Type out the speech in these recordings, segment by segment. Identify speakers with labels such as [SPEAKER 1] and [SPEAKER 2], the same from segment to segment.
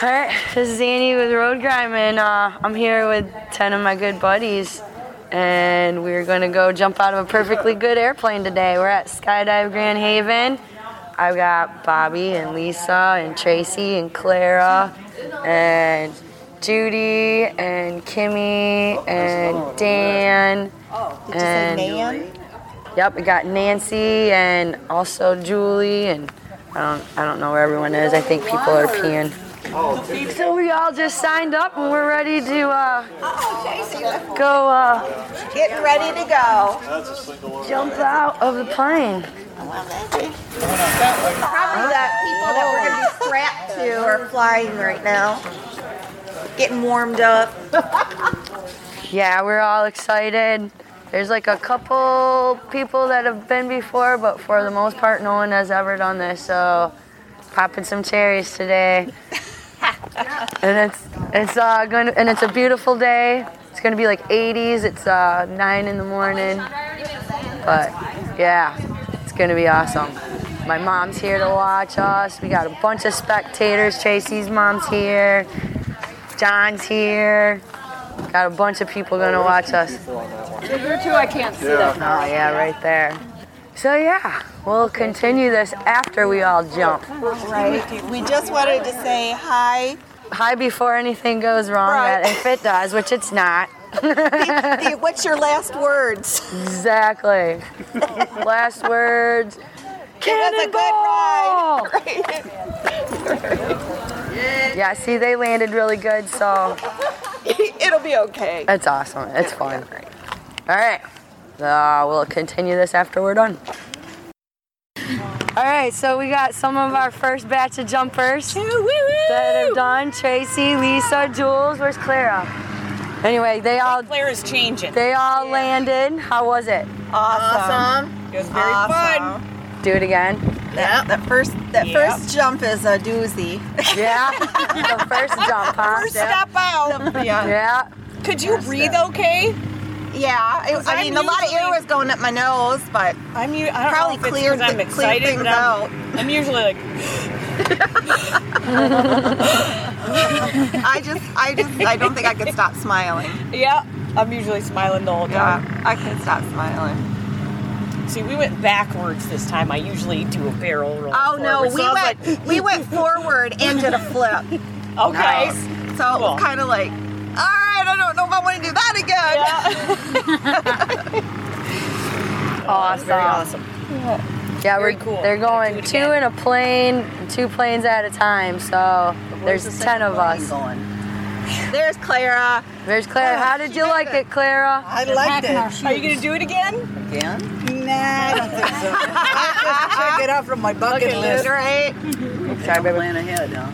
[SPEAKER 1] Alright, this is Andy with Road Grime, and uh, I'm here with 10 of my good buddies. And we're gonna go jump out of a perfectly good airplane today. We're at Skydive Grand Haven. I've got Bobby and Lisa and Tracy and Clara and Judy and Kimmy and Dan.
[SPEAKER 2] Did you say
[SPEAKER 1] And-
[SPEAKER 2] Nan?
[SPEAKER 1] Yep, we got Nancy and also Julie and I don't I don't know where everyone is. I think people are peeing. So we all just signed up and we're ready to uh, go uh,
[SPEAKER 2] Getting ready to go.
[SPEAKER 1] jump out of the plane.
[SPEAKER 2] Probably the people that we're going to be strapped to are flying right now. Getting warmed up.
[SPEAKER 1] Yeah, we're all excited. There's like a couple people that have been before, but for the most part, no one has ever done this. So, popping some cherries today, and it's it's uh, going to, and it's a beautiful day. It's gonna be like 80s. It's uh, nine in the morning, but yeah, it's gonna be awesome. My mom's here to watch us. We got a bunch of spectators. Tracy's mom's here. John's here. Got a bunch of people gonna watch us.
[SPEAKER 3] Yeah.
[SPEAKER 1] Oh yeah, right there. So yeah, we'll continue this after we all jump.
[SPEAKER 2] Right. We just wanted to say hi.
[SPEAKER 1] Hi before anything goes wrong,
[SPEAKER 2] Right.
[SPEAKER 1] and if it does, which it's not.
[SPEAKER 2] The- What's your last words?
[SPEAKER 1] Exactly. Last words.
[SPEAKER 2] That's a good ride.
[SPEAKER 1] Cannonball! Yeah, see, they landed really good, so
[SPEAKER 2] It'll be okay.
[SPEAKER 1] it's awesome. It's fun. All right. Uh, we'll continue this after we're done. All right, so we got some of our first batch of jumpers that have done. Tracy, Lisa, Jules, where's Clara? Anyway, they all
[SPEAKER 4] Claire is changing.
[SPEAKER 1] they all landed. How was it?
[SPEAKER 2] Awesome.
[SPEAKER 4] It was very fun.
[SPEAKER 2] Awesome.
[SPEAKER 1] Do it again.
[SPEAKER 2] That, that first that
[SPEAKER 4] Yep.
[SPEAKER 2] first jump is a doozy.
[SPEAKER 1] Yeah. the first jump, huh?
[SPEAKER 4] First
[SPEAKER 1] yeah.
[SPEAKER 4] step out.
[SPEAKER 2] yeah.
[SPEAKER 1] Yeah.
[SPEAKER 4] Could you breathe okay?
[SPEAKER 2] Yeah. it- I
[SPEAKER 4] I'm
[SPEAKER 2] mean, a lot of air
[SPEAKER 4] usually-
[SPEAKER 2] was going up my nose, but
[SPEAKER 4] I'm u- I don't know
[SPEAKER 2] Probably
[SPEAKER 4] if it's
[SPEAKER 2] cleared
[SPEAKER 4] 'cause I'm
[SPEAKER 2] th- cleared
[SPEAKER 4] excited,
[SPEAKER 2] things
[SPEAKER 4] but I'm,
[SPEAKER 2] out.
[SPEAKER 4] I'm usually like,
[SPEAKER 2] I just, I just, I don't think I could stop smiling.
[SPEAKER 4] yeah. I'm usually smiling the whole time.
[SPEAKER 2] Yeah, I can stop smiling.
[SPEAKER 4] See, we went backwards this time. I usually do a barrel roll.
[SPEAKER 2] Oh no,
[SPEAKER 4] forward,
[SPEAKER 2] we
[SPEAKER 4] so I was
[SPEAKER 2] went, we went forward and did a flip.
[SPEAKER 4] like, okay. Oh.
[SPEAKER 2] So it
[SPEAKER 4] Cool.
[SPEAKER 2] was kind of like, all right, I don't know if I want to do that again.
[SPEAKER 4] Yeah.
[SPEAKER 1] Awesome.
[SPEAKER 4] Very awesome.
[SPEAKER 1] Yeah,
[SPEAKER 4] Very
[SPEAKER 1] we're
[SPEAKER 4] cool.
[SPEAKER 1] They're
[SPEAKER 4] Gotta
[SPEAKER 1] going
[SPEAKER 4] do it
[SPEAKER 1] two in a plane, two planes at a time. So there's ten of us.
[SPEAKER 2] There's Clara.
[SPEAKER 1] There's
[SPEAKER 4] Oh,
[SPEAKER 1] Clara. How did you like it, Clara?
[SPEAKER 5] I liked it.
[SPEAKER 4] Are you gonna do it again?
[SPEAKER 5] Nah, I don't think so. I just check it out from my bucket list.
[SPEAKER 2] Right?
[SPEAKER 1] Sorry, baby.
[SPEAKER 5] Plan ahead, huh?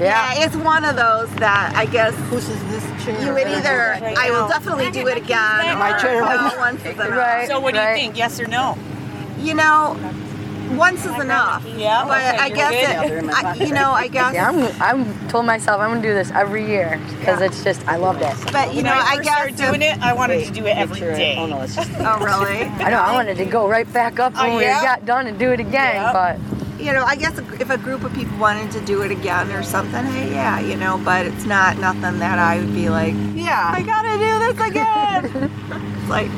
[SPEAKER 1] Yeah.
[SPEAKER 2] it's one of those that I guess
[SPEAKER 5] Whose is this chair?
[SPEAKER 2] you would either,
[SPEAKER 4] Right
[SPEAKER 2] I
[SPEAKER 4] now.
[SPEAKER 2] will definitely do it again.
[SPEAKER 5] My
[SPEAKER 2] or
[SPEAKER 5] chair right
[SPEAKER 2] no,
[SPEAKER 5] now.
[SPEAKER 2] Once is enough.
[SPEAKER 1] Right.
[SPEAKER 4] So what
[SPEAKER 1] right.
[SPEAKER 4] do you think? Yes or no?
[SPEAKER 2] You know, once is enough.
[SPEAKER 4] Yeah.
[SPEAKER 2] But
[SPEAKER 4] okay,
[SPEAKER 2] I
[SPEAKER 4] you're
[SPEAKER 2] guess
[SPEAKER 4] good.
[SPEAKER 5] They're in
[SPEAKER 2] it,
[SPEAKER 5] my
[SPEAKER 2] I,
[SPEAKER 5] pocket.
[SPEAKER 2] you know, I guess,
[SPEAKER 1] Yeah, I'm, I'm told myself I'm gonna do this every year because it's just I loved it.
[SPEAKER 2] but you
[SPEAKER 4] When
[SPEAKER 2] know,
[SPEAKER 4] I
[SPEAKER 2] I
[SPEAKER 4] first
[SPEAKER 2] guess,
[SPEAKER 4] started doing it, I wanted to do it every
[SPEAKER 5] Picture it.
[SPEAKER 4] day.
[SPEAKER 5] Oh no, it's just.
[SPEAKER 2] oh really?
[SPEAKER 1] I know I wanted to go right back up when
[SPEAKER 4] Oh,
[SPEAKER 1] we
[SPEAKER 4] yeah?
[SPEAKER 1] got done and do it again,
[SPEAKER 4] Yeah.
[SPEAKER 1] but
[SPEAKER 2] you know, I guess if a group of people wanted to do it again or something, hey, yeah, you know, but it's not nothing that I would be like,
[SPEAKER 5] Yeah.
[SPEAKER 2] I gotta do this again. it's like,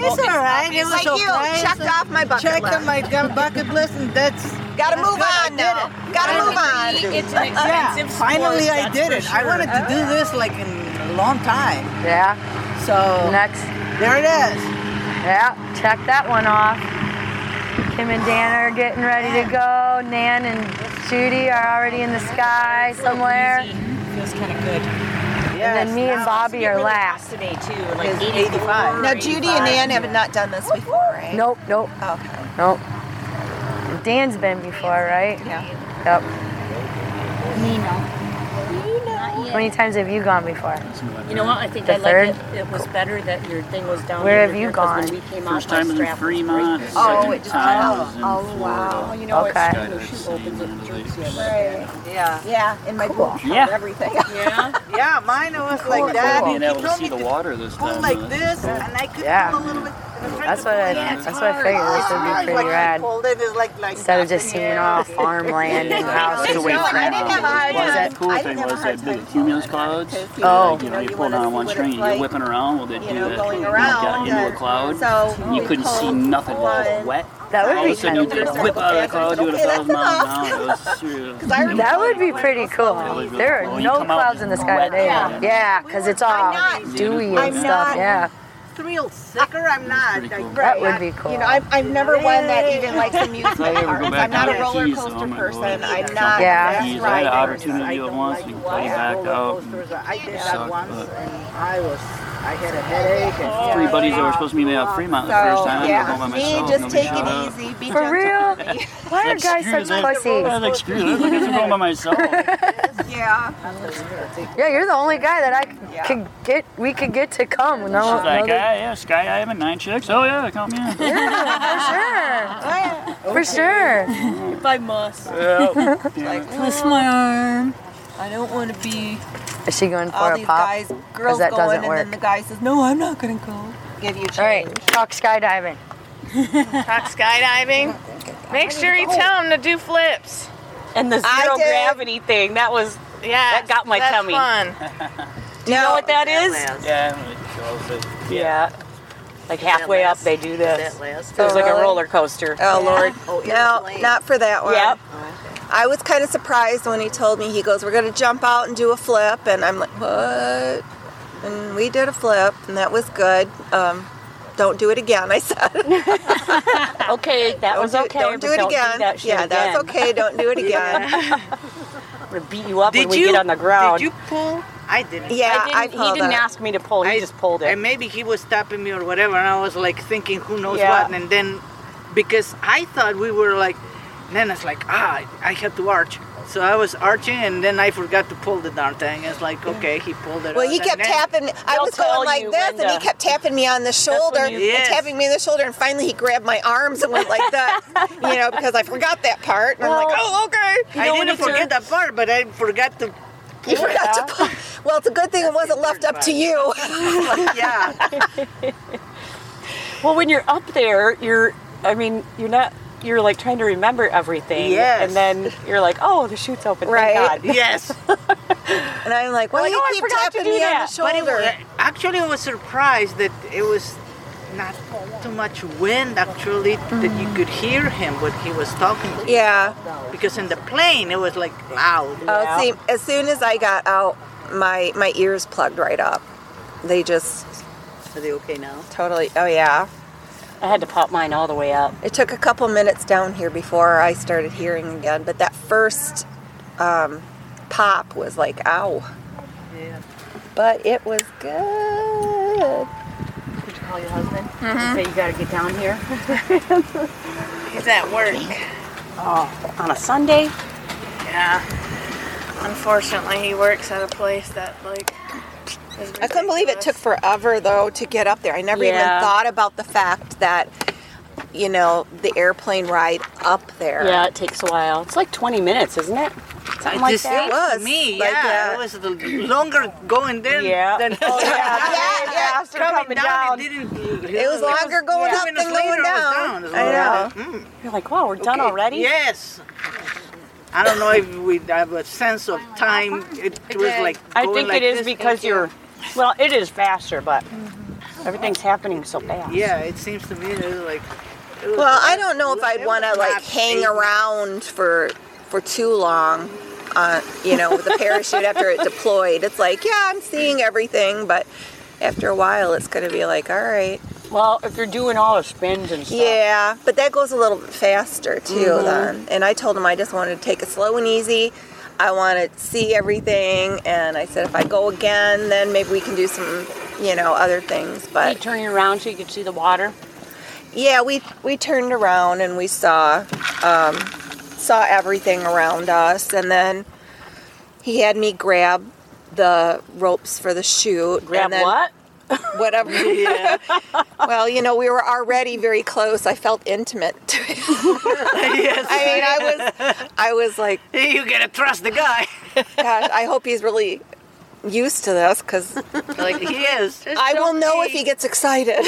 [SPEAKER 5] It's all right. It
[SPEAKER 2] it's
[SPEAKER 5] was
[SPEAKER 2] like
[SPEAKER 5] okay.
[SPEAKER 2] you uh, checked off my bucket
[SPEAKER 5] Checked
[SPEAKER 2] list.
[SPEAKER 5] on my dumb bucket list, and that's.
[SPEAKER 2] gotta
[SPEAKER 5] that's
[SPEAKER 2] move
[SPEAKER 5] good, I
[SPEAKER 2] on
[SPEAKER 5] did
[SPEAKER 2] now.
[SPEAKER 5] it.
[SPEAKER 2] Gotta move on.
[SPEAKER 4] It's an
[SPEAKER 5] Yeah.
[SPEAKER 4] expensive sport,
[SPEAKER 5] Finally, I
[SPEAKER 4] that's
[SPEAKER 5] did
[SPEAKER 4] for
[SPEAKER 5] it. I
[SPEAKER 4] sure.
[SPEAKER 5] wanted to
[SPEAKER 6] Ah.
[SPEAKER 5] do this like in a long time.
[SPEAKER 1] yeah.
[SPEAKER 5] So
[SPEAKER 1] Next,
[SPEAKER 5] there it is.
[SPEAKER 1] yeah, check that one off. Kim and Dan are getting ready to go. Nan and Judy are already in the sky somewhere, and
[SPEAKER 4] Feels kind of good.
[SPEAKER 1] then me and Bobby are last.
[SPEAKER 4] today too, like
[SPEAKER 5] It's 85.
[SPEAKER 2] Now, Judy and Ann have not done this before, eh? right?
[SPEAKER 1] Nope, nope,
[SPEAKER 2] Okay.
[SPEAKER 1] nope. Dan's been before, right?
[SPEAKER 2] Yeah.
[SPEAKER 1] Yep. How many times have you gone before?
[SPEAKER 7] You know what? I think
[SPEAKER 1] The
[SPEAKER 7] I
[SPEAKER 1] third?
[SPEAKER 7] like it. It was better that your thing was down.
[SPEAKER 1] Where
[SPEAKER 7] over
[SPEAKER 1] have
[SPEAKER 7] here
[SPEAKER 1] you
[SPEAKER 7] 'cause
[SPEAKER 1] gone?
[SPEAKER 7] When we came
[SPEAKER 8] First
[SPEAKER 7] out, my
[SPEAKER 8] time in
[SPEAKER 7] strap was
[SPEAKER 8] Fremont,
[SPEAKER 7] breaking.
[SPEAKER 2] Oh,
[SPEAKER 8] second
[SPEAKER 2] it just Oh,
[SPEAKER 8] time was in
[SPEAKER 2] wow. You know,
[SPEAKER 1] Okay.
[SPEAKER 7] You know, she opens it, jerks you.
[SPEAKER 2] yeah, in my book,
[SPEAKER 8] Yeah.
[SPEAKER 2] everything.
[SPEAKER 7] Yeah.
[SPEAKER 5] Yeah, mine was like that.
[SPEAKER 8] Being
[SPEAKER 5] He
[SPEAKER 8] able to
[SPEAKER 5] told
[SPEAKER 8] see
[SPEAKER 5] me
[SPEAKER 8] the water this
[SPEAKER 5] pull
[SPEAKER 8] time.
[SPEAKER 5] like
[SPEAKER 8] uh,
[SPEAKER 5] this, and I could
[SPEAKER 1] Yeah.
[SPEAKER 5] pull a little bit.
[SPEAKER 1] That's what I, that's what I figured. This would be
[SPEAKER 5] like,
[SPEAKER 1] pretty
[SPEAKER 5] I
[SPEAKER 1] rad.
[SPEAKER 5] pulled it, it's like, like
[SPEAKER 1] Instead of just
[SPEAKER 5] nothing.
[SPEAKER 1] seeing all farmland and houses.
[SPEAKER 8] the way
[SPEAKER 1] and
[SPEAKER 8] Fred
[SPEAKER 1] stuff.
[SPEAKER 8] did it
[SPEAKER 5] hard
[SPEAKER 8] was
[SPEAKER 1] time.
[SPEAKER 8] the cool
[SPEAKER 5] I
[SPEAKER 8] thing
[SPEAKER 5] didn't have
[SPEAKER 8] was
[SPEAKER 5] a
[SPEAKER 8] they
[SPEAKER 5] hard
[SPEAKER 8] did
[SPEAKER 5] time
[SPEAKER 8] the cumulus clouds.
[SPEAKER 5] because, you
[SPEAKER 1] Oh.
[SPEAKER 8] Like, you know,
[SPEAKER 5] you
[SPEAKER 8] you pull it
[SPEAKER 5] wanna
[SPEAKER 8] on
[SPEAKER 5] see
[SPEAKER 8] one
[SPEAKER 5] what
[SPEAKER 8] string,
[SPEAKER 5] it's
[SPEAKER 8] you
[SPEAKER 5] like,
[SPEAKER 8] whip it around, well, they
[SPEAKER 5] you
[SPEAKER 8] do
[SPEAKER 5] know,
[SPEAKER 8] that.
[SPEAKER 5] going
[SPEAKER 8] thing.
[SPEAKER 5] around.
[SPEAKER 8] You got into
[SPEAKER 5] and
[SPEAKER 8] a cloud,
[SPEAKER 5] So
[SPEAKER 8] you couldn't see
[SPEAKER 5] pulled
[SPEAKER 8] nothing, it was
[SPEAKER 5] one.
[SPEAKER 8] wet.
[SPEAKER 1] That would
[SPEAKER 8] All of
[SPEAKER 1] be
[SPEAKER 8] a sudden, you
[SPEAKER 1] kinda
[SPEAKER 8] could
[SPEAKER 1] cool.
[SPEAKER 8] whip out of the cloud, do it a
[SPEAKER 5] Okay, that's
[SPEAKER 8] thousand miles
[SPEAKER 5] enough.
[SPEAKER 8] an hour. It was, really-
[SPEAKER 1] That would be pretty cool. There are no clouds in the sky today. Yeah, because it's all dewy and stuff. Yeah.
[SPEAKER 5] thrilled sicker. I'm not.
[SPEAKER 8] Pretty
[SPEAKER 5] like,
[SPEAKER 8] cool.
[SPEAKER 1] That would be cool.
[SPEAKER 5] You know, I've, I've never one that even likes
[SPEAKER 8] If I
[SPEAKER 5] amusement
[SPEAKER 8] ever go
[SPEAKER 5] parks.
[SPEAKER 8] back
[SPEAKER 5] I'm not
[SPEAKER 8] to
[SPEAKER 5] a
[SPEAKER 8] the
[SPEAKER 5] roller
[SPEAKER 8] Keys, oh
[SPEAKER 5] coaster
[SPEAKER 8] my
[SPEAKER 5] person.
[SPEAKER 8] Lord.
[SPEAKER 5] I'm not.
[SPEAKER 1] Yeah.
[SPEAKER 5] that's
[SPEAKER 8] Jeez, I
[SPEAKER 5] right.
[SPEAKER 8] had an opportunity to do it once, we played back out.
[SPEAKER 5] I did that
[SPEAKER 8] Sucked,
[SPEAKER 5] once,
[SPEAKER 8] but-
[SPEAKER 5] and I was, I had a headache. And
[SPEAKER 8] Three buddies that were supposed to meet me at Fremont the first time, I
[SPEAKER 5] yeah,
[SPEAKER 8] went home by
[SPEAKER 5] me
[SPEAKER 8] myself,
[SPEAKER 5] just
[SPEAKER 8] nobody
[SPEAKER 5] take
[SPEAKER 8] showed
[SPEAKER 5] it
[SPEAKER 8] up.
[SPEAKER 5] easy. Be
[SPEAKER 1] For
[SPEAKER 5] gentle.
[SPEAKER 1] real? Why are guys
[SPEAKER 8] Screw
[SPEAKER 1] such
[SPEAKER 8] that.
[SPEAKER 1] pussies?
[SPEAKER 8] I was like, screw this, I guess I'm going by myself.
[SPEAKER 2] Yeah.
[SPEAKER 1] Yeah, you're the only guy that I c- could get. We could get to come. No,
[SPEAKER 8] She's like, ah,
[SPEAKER 1] no,
[SPEAKER 8] yeah, sky dive and nine chicks. Oh yeah, count me in.
[SPEAKER 1] for sure.
[SPEAKER 7] If I must.
[SPEAKER 6] Twist my arm. I don't want to be
[SPEAKER 1] Is she going
[SPEAKER 5] All
[SPEAKER 1] for a
[SPEAKER 5] these
[SPEAKER 1] pop?
[SPEAKER 5] guys, girls
[SPEAKER 1] that
[SPEAKER 5] going,
[SPEAKER 1] doesn't
[SPEAKER 5] and
[SPEAKER 1] work.
[SPEAKER 5] then the guy says, "No, I'm not going to go." Give you change.
[SPEAKER 1] All right, talk skydiving.
[SPEAKER 3] Talk skydiving. Make sure you tell him to do flips.
[SPEAKER 4] And the
[SPEAKER 5] I
[SPEAKER 4] zero
[SPEAKER 5] did.
[SPEAKER 4] gravity thing, that was,
[SPEAKER 3] Yeah,
[SPEAKER 4] That got my
[SPEAKER 3] that's
[SPEAKER 4] tummy.
[SPEAKER 3] Fun.
[SPEAKER 4] do you know what that is?
[SPEAKER 8] Yeah, I'm like, so I was like,
[SPEAKER 4] Yeah. Like halfway up, they do this. It was like a
[SPEAKER 2] really?
[SPEAKER 4] roller coaster.
[SPEAKER 2] Oh Lord. no, not for that one.
[SPEAKER 4] Yep.
[SPEAKER 2] I was kind of surprised when he told me he goes, "We're gonna jump out and do a flip," and I'm like, "What?" And we did a flip, and that was good. Um, don't do it again, I said.
[SPEAKER 4] Okay, that was
[SPEAKER 2] do,
[SPEAKER 4] okay. but
[SPEAKER 2] Don't do it
[SPEAKER 4] don't
[SPEAKER 2] again.
[SPEAKER 4] Do that shit
[SPEAKER 2] yeah, that's
[SPEAKER 4] again.
[SPEAKER 2] okay. Don't do it again.
[SPEAKER 4] I'm gonna beat you up
[SPEAKER 6] Did
[SPEAKER 4] when we
[SPEAKER 6] you-
[SPEAKER 4] get on the ground.
[SPEAKER 6] Did you pull? I didn't.
[SPEAKER 2] Yeah,
[SPEAKER 4] I didn't, he
[SPEAKER 2] pulled
[SPEAKER 4] didn't
[SPEAKER 2] it.
[SPEAKER 4] ask me to pull. He
[SPEAKER 6] I
[SPEAKER 4] just pulled
[SPEAKER 6] And
[SPEAKER 4] it.
[SPEAKER 6] maybe he was stopping me or whatever, and I was like thinking, who knows
[SPEAKER 4] Yeah.
[SPEAKER 6] what? And then, because I thought we were like, then it's like, ah, I had to arch. So I was arching, and then I forgot to pull the darn thing. It's like, okay, he pulled it.
[SPEAKER 2] Well,
[SPEAKER 6] out,
[SPEAKER 2] he
[SPEAKER 6] and
[SPEAKER 2] kept
[SPEAKER 6] then-
[SPEAKER 2] tapping. I
[SPEAKER 4] They'll
[SPEAKER 2] was
[SPEAKER 4] tell
[SPEAKER 2] going like
[SPEAKER 4] you
[SPEAKER 2] this,
[SPEAKER 4] when
[SPEAKER 2] and he
[SPEAKER 4] to-
[SPEAKER 2] kept tapping me on the shoulder,
[SPEAKER 4] you-
[SPEAKER 2] and
[SPEAKER 6] Yes.
[SPEAKER 2] tapping me on the shoulder, and finally he grabbed my arms and went like that, you know, because I forgot that part, and I'm like, oh, okay.
[SPEAKER 6] I
[SPEAKER 4] know when
[SPEAKER 6] didn't
[SPEAKER 4] it's your-
[SPEAKER 6] forget that part, but I forgot to.
[SPEAKER 2] You forgot to pull. Well, it's a good thing it wasn't left up to you.
[SPEAKER 6] Yeah.
[SPEAKER 4] Well, when you're up there, you're, I mean, you're not, you're like trying to remember everything.
[SPEAKER 6] Yes.
[SPEAKER 4] And then you're like, oh, the chute's open.
[SPEAKER 2] Right.
[SPEAKER 4] Thank God.
[SPEAKER 6] yes.
[SPEAKER 2] And I'm like, why
[SPEAKER 4] Like,
[SPEAKER 2] do you
[SPEAKER 4] oh, I
[SPEAKER 2] keep
[SPEAKER 4] forgot to
[SPEAKER 2] tapping
[SPEAKER 4] do
[SPEAKER 2] me on the
[SPEAKER 4] that.
[SPEAKER 6] But it was,
[SPEAKER 2] shoulder?
[SPEAKER 6] actually, I was surprised that it was not too much wind actually that you could hear him when he was talking to you.
[SPEAKER 2] Yeah.
[SPEAKER 6] Because in the plane, it was like loud.
[SPEAKER 2] Oh, see, as soon as I got out, my my ears plugged right up. They just
[SPEAKER 5] Are they okay now?
[SPEAKER 2] totally. Oh yeah.
[SPEAKER 4] I had to pop mine all the way up.
[SPEAKER 2] It took a couple minutes down here before I started hearing again, but that first um, pop was like, ow. But it was good.
[SPEAKER 7] Did you call your husband? Say you gotta get down here.
[SPEAKER 5] He's at work.
[SPEAKER 4] Oh, on a Sunday?
[SPEAKER 3] Yeah. Unfortunately, he works at a place that like. is
[SPEAKER 2] I couldn't believe it
[SPEAKER 3] ridiculous.
[SPEAKER 2] took forever though to get up there. I never
[SPEAKER 4] Yeah.
[SPEAKER 2] even thought about the fact that, you know, the airplane ride up there.
[SPEAKER 4] Yeah, it takes a while. It's like 20 minutes, isn't it? Something like
[SPEAKER 6] This
[SPEAKER 4] that.
[SPEAKER 2] it was
[SPEAKER 6] me,
[SPEAKER 2] like
[SPEAKER 6] yeah.
[SPEAKER 2] that.
[SPEAKER 6] It was the longer going there
[SPEAKER 4] Yeah.
[SPEAKER 6] than
[SPEAKER 2] yeah, yeah.
[SPEAKER 4] Faster coming down.
[SPEAKER 6] It, didn't,
[SPEAKER 2] It was longer going
[SPEAKER 6] Two
[SPEAKER 2] up
[SPEAKER 6] minutes
[SPEAKER 2] than
[SPEAKER 6] later,
[SPEAKER 2] going
[SPEAKER 6] it was
[SPEAKER 2] down.
[SPEAKER 6] It was
[SPEAKER 2] I know.
[SPEAKER 6] like,
[SPEAKER 4] You're like, wow, we're done
[SPEAKER 6] okay,
[SPEAKER 4] already?
[SPEAKER 6] Yes. I don't know if we have a sense of time. It was like
[SPEAKER 4] I
[SPEAKER 6] going
[SPEAKER 4] think it
[SPEAKER 6] like
[SPEAKER 4] is
[SPEAKER 6] this.
[SPEAKER 4] because you're, well, it is faster, but everything's happening so fast.
[SPEAKER 6] Yeah, it seems to me it was like. it was
[SPEAKER 2] Well, I
[SPEAKER 6] like-
[SPEAKER 2] don't know if I'd
[SPEAKER 6] it
[SPEAKER 2] want to
[SPEAKER 6] was
[SPEAKER 2] like
[SPEAKER 6] not
[SPEAKER 2] hang
[SPEAKER 6] eight-
[SPEAKER 2] around for for too long. Uh, you know, with a parachute after it deployed, it's like, yeah, I'm seeing everything, but after a while, it's going to be like, all right,
[SPEAKER 4] Well, if you're doing all the spins and stuff.
[SPEAKER 2] yeah. But that goes a little bit faster too.
[SPEAKER 4] Mm-hmm.
[SPEAKER 2] Then, and I told him I just wanted to take it slow and easy. I want to see everything, and I said if I go again, then maybe we can do some, you know, other things.
[SPEAKER 4] You
[SPEAKER 2] But
[SPEAKER 4] turn it around so you can see the water.
[SPEAKER 2] Yeah, we we turned around and we saw um, saw everything around us, and then he had me grab the ropes for the chute.
[SPEAKER 4] Grab
[SPEAKER 2] and then
[SPEAKER 4] what?
[SPEAKER 2] Whatever. well, you know, we were already very close. I felt intimate. To it.
[SPEAKER 6] yes.
[SPEAKER 2] I mean, I was I was like,
[SPEAKER 6] You gotta trust the guy.
[SPEAKER 2] gosh, I hope he's really used to this because
[SPEAKER 9] Like he is.
[SPEAKER 2] I will know if he gets excited.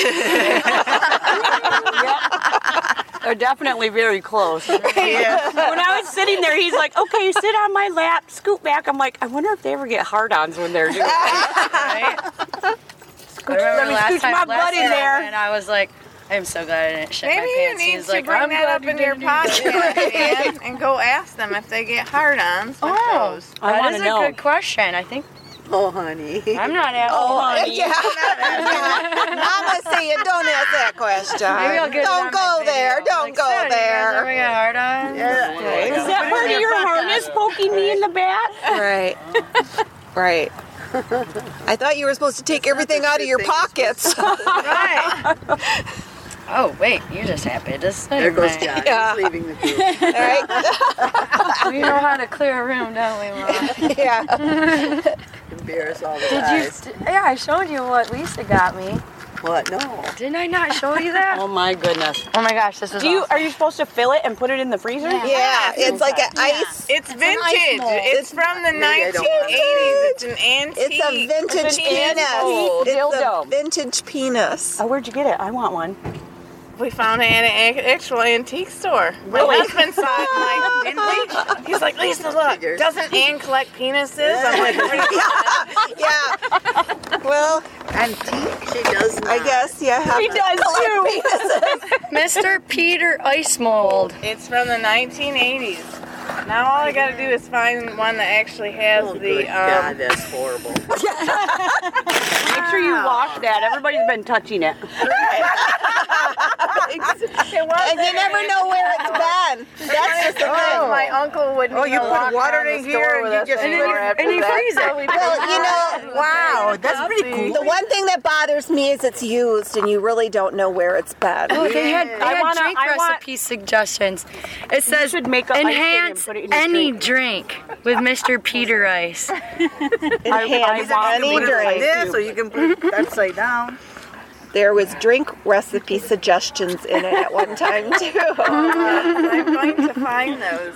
[SPEAKER 4] They're definitely very close. when I was sitting there, he's like, okay, sit on my lap, scoot back. I'm like, I wonder if they ever get hard ons when they're doing that.
[SPEAKER 1] I remember
[SPEAKER 4] me
[SPEAKER 1] last
[SPEAKER 4] scoot
[SPEAKER 1] time,
[SPEAKER 4] my
[SPEAKER 1] last
[SPEAKER 4] butt in
[SPEAKER 1] year,
[SPEAKER 4] there.
[SPEAKER 1] and I was like, I'm so glad I didn't shit
[SPEAKER 3] Maybe
[SPEAKER 1] my
[SPEAKER 3] you
[SPEAKER 1] pants.
[SPEAKER 3] need
[SPEAKER 1] He's
[SPEAKER 3] to
[SPEAKER 1] like,
[SPEAKER 3] bring
[SPEAKER 1] I'm
[SPEAKER 3] that up
[SPEAKER 1] glad
[SPEAKER 3] in
[SPEAKER 1] you
[SPEAKER 3] your
[SPEAKER 1] didn't do that."
[SPEAKER 3] podcast man, and go ask them if they get hard-ons. Oh,
[SPEAKER 4] I
[SPEAKER 1] That
[SPEAKER 4] want
[SPEAKER 1] is
[SPEAKER 4] to
[SPEAKER 1] a
[SPEAKER 4] know.
[SPEAKER 1] good question. I think
[SPEAKER 9] Oh, honey.
[SPEAKER 1] I'm not at all.
[SPEAKER 2] yeah. I'm gonna say you don't ask that question.
[SPEAKER 1] Maybe I'll get it on my
[SPEAKER 2] don't go
[SPEAKER 1] video.
[SPEAKER 2] there. Don't
[SPEAKER 1] Like,
[SPEAKER 2] go
[SPEAKER 1] so, do you guys
[SPEAKER 2] there.
[SPEAKER 1] ever get hard on?
[SPEAKER 4] Is that part of your harness poking me in the back?
[SPEAKER 2] Right. Right. I thought you were supposed to take everything out of your pockets.
[SPEAKER 1] Oh wait, you just happened. This there
[SPEAKER 9] John.
[SPEAKER 2] Yeah.
[SPEAKER 9] He's leaving the group.
[SPEAKER 2] All right.
[SPEAKER 1] We know how to clear a room, don't we, Mom?
[SPEAKER 2] Yeah.
[SPEAKER 9] Embarrass all the
[SPEAKER 1] Did you?
[SPEAKER 9] guys.
[SPEAKER 1] d- Yeah, I showed you what Lisa got me.
[SPEAKER 9] What? No.
[SPEAKER 6] Um,
[SPEAKER 1] Didn't I not show you that?
[SPEAKER 4] Oh my goodness.
[SPEAKER 1] oh my gosh, this is.
[SPEAKER 4] Do you
[SPEAKER 1] awesome.
[SPEAKER 4] are you supposed to fill it and put it in the freezer?
[SPEAKER 2] Yeah. It's like an ice.
[SPEAKER 3] It's vintage. It's from the
[SPEAKER 9] I don't want
[SPEAKER 3] 1980s. It's an antique.
[SPEAKER 2] It's a vintage penis.
[SPEAKER 4] old
[SPEAKER 2] It's a
[SPEAKER 4] dildo.
[SPEAKER 2] vintage penis.
[SPEAKER 4] Oh, where'd you get it? I want one.
[SPEAKER 3] We found it at an ac- actual antique store. My husband saw it and like, didn't we? He's like, Lisa, look, doesn't Anne collect penises? I'm like, "Where do you-"
[SPEAKER 2] Yeah. Well,
[SPEAKER 9] She does
[SPEAKER 2] I guess yeah.
[SPEAKER 4] He does too.
[SPEAKER 1] Mr. Peter Ice Mold.
[SPEAKER 3] it's from the 1980s. Now all I gotta do is find one that actually has the. Um,
[SPEAKER 9] that's horrible.
[SPEAKER 4] Make sure you wash that. Everybody's been touching it.
[SPEAKER 3] it was
[SPEAKER 2] And you never know where it's been. That's just the
[SPEAKER 3] Oh,
[SPEAKER 2] thing.
[SPEAKER 3] my uncle wouldn't. Oh,
[SPEAKER 6] you put water in here and you just
[SPEAKER 3] and
[SPEAKER 6] threw it
[SPEAKER 3] then you, and you freeze it.
[SPEAKER 2] Well, you know,
[SPEAKER 6] Wow, that's pretty cool.
[SPEAKER 2] The one thing that bothers me is it's used and you really don't know where it's been.
[SPEAKER 1] Oh, they had, they
[SPEAKER 4] I
[SPEAKER 1] had
[SPEAKER 4] wanna-
[SPEAKER 1] drink
[SPEAKER 4] I want-
[SPEAKER 1] recipe suggestions. It says
[SPEAKER 4] should make up ice cream and
[SPEAKER 1] enhance
[SPEAKER 4] put it in your
[SPEAKER 1] any drink. with Mr. Peter Ice.
[SPEAKER 2] Enhance
[SPEAKER 4] want
[SPEAKER 2] any
[SPEAKER 4] one of
[SPEAKER 2] drink.
[SPEAKER 6] This, so you can put it upside down.
[SPEAKER 2] There was drink recipe suggestions in it at one time too.
[SPEAKER 3] I'm going to find those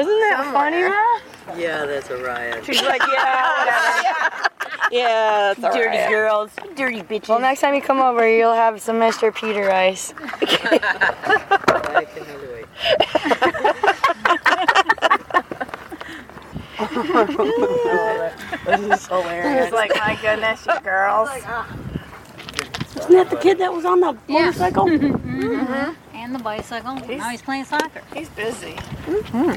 [SPEAKER 1] Isn't that funny, Rob?
[SPEAKER 9] Yeah, that's a riot.
[SPEAKER 4] She's like, yeah,
[SPEAKER 2] yeah, it's all
[SPEAKER 4] whatever. dirty
[SPEAKER 2] right.
[SPEAKER 4] girls, dirty bitches.
[SPEAKER 1] Well, next time you come over, you'll have some Mr. Peter Ice.
[SPEAKER 9] I can handle it.
[SPEAKER 3] It's like, my goodness, you girls.
[SPEAKER 4] Isn't that the kid that was on the
[SPEAKER 10] Yeah.
[SPEAKER 4] motorcycle?
[SPEAKER 10] And the bicycle. Now he's playing soccer.
[SPEAKER 3] He's busy.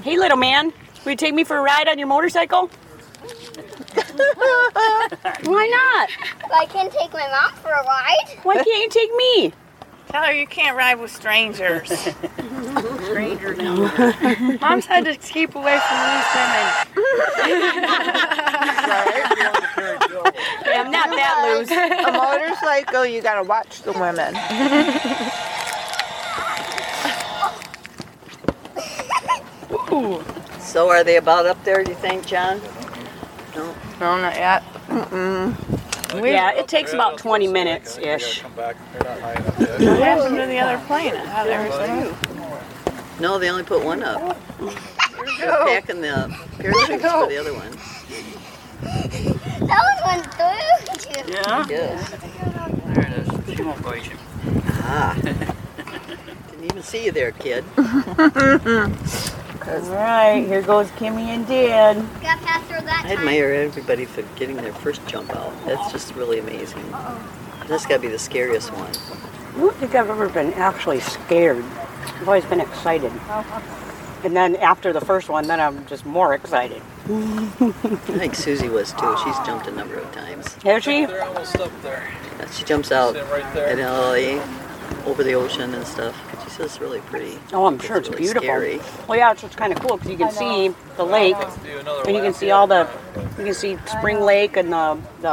[SPEAKER 4] hey, little man, will you take me for a ride on your motorcycle? Why not?
[SPEAKER 11] I can take my mom for a ride.
[SPEAKER 4] Why can't you take me?
[SPEAKER 3] Tell her you can't ride with strangers. Strangers. Mom's had to keep away from these women.
[SPEAKER 4] I'm not that loose.
[SPEAKER 2] A motorcycle, you gotta watch the women.
[SPEAKER 9] So are they about up there, do you think, John?
[SPEAKER 1] No, not yet.
[SPEAKER 4] Yeah, it takes about 20 minutes ish.
[SPEAKER 3] What happened to the other plane? How they were saying-
[SPEAKER 9] No, they only put one up. They're packing the parachutes for the other one.
[SPEAKER 11] That was one through you.
[SPEAKER 12] Yeah?
[SPEAKER 9] Yes.
[SPEAKER 12] There it is. She won't bite you.
[SPEAKER 9] Didn't even see you there, kid.
[SPEAKER 4] All right, here goes Kimmy and Dad.
[SPEAKER 11] Got past her that
[SPEAKER 9] I
[SPEAKER 11] time.
[SPEAKER 9] admire everybody for getting their first jump out. That's just really amazing. That's got to be the scariest one.
[SPEAKER 4] I don't think I've ever been actually scared. I've always been excited. And then after the first one, then I'm just more excited.
[SPEAKER 9] I think Susie was too. She's jumped a number of times.
[SPEAKER 4] Here she?
[SPEAKER 12] They're almost up there.
[SPEAKER 9] She jumps out
[SPEAKER 12] Sit right there.
[SPEAKER 9] in LA over the ocean and stuff. She says it's really pretty.
[SPEAKER 4] Oh, I'm sure it's
[SPEAKER 9] really
[SPEAKER 4] beautiful.
[SPEAKER 9] scary.
[SPEAKER 4] Well, yeah, it's what's kind of cool because you can see the lake, and you can see all the, you can see Spring Lake and the the,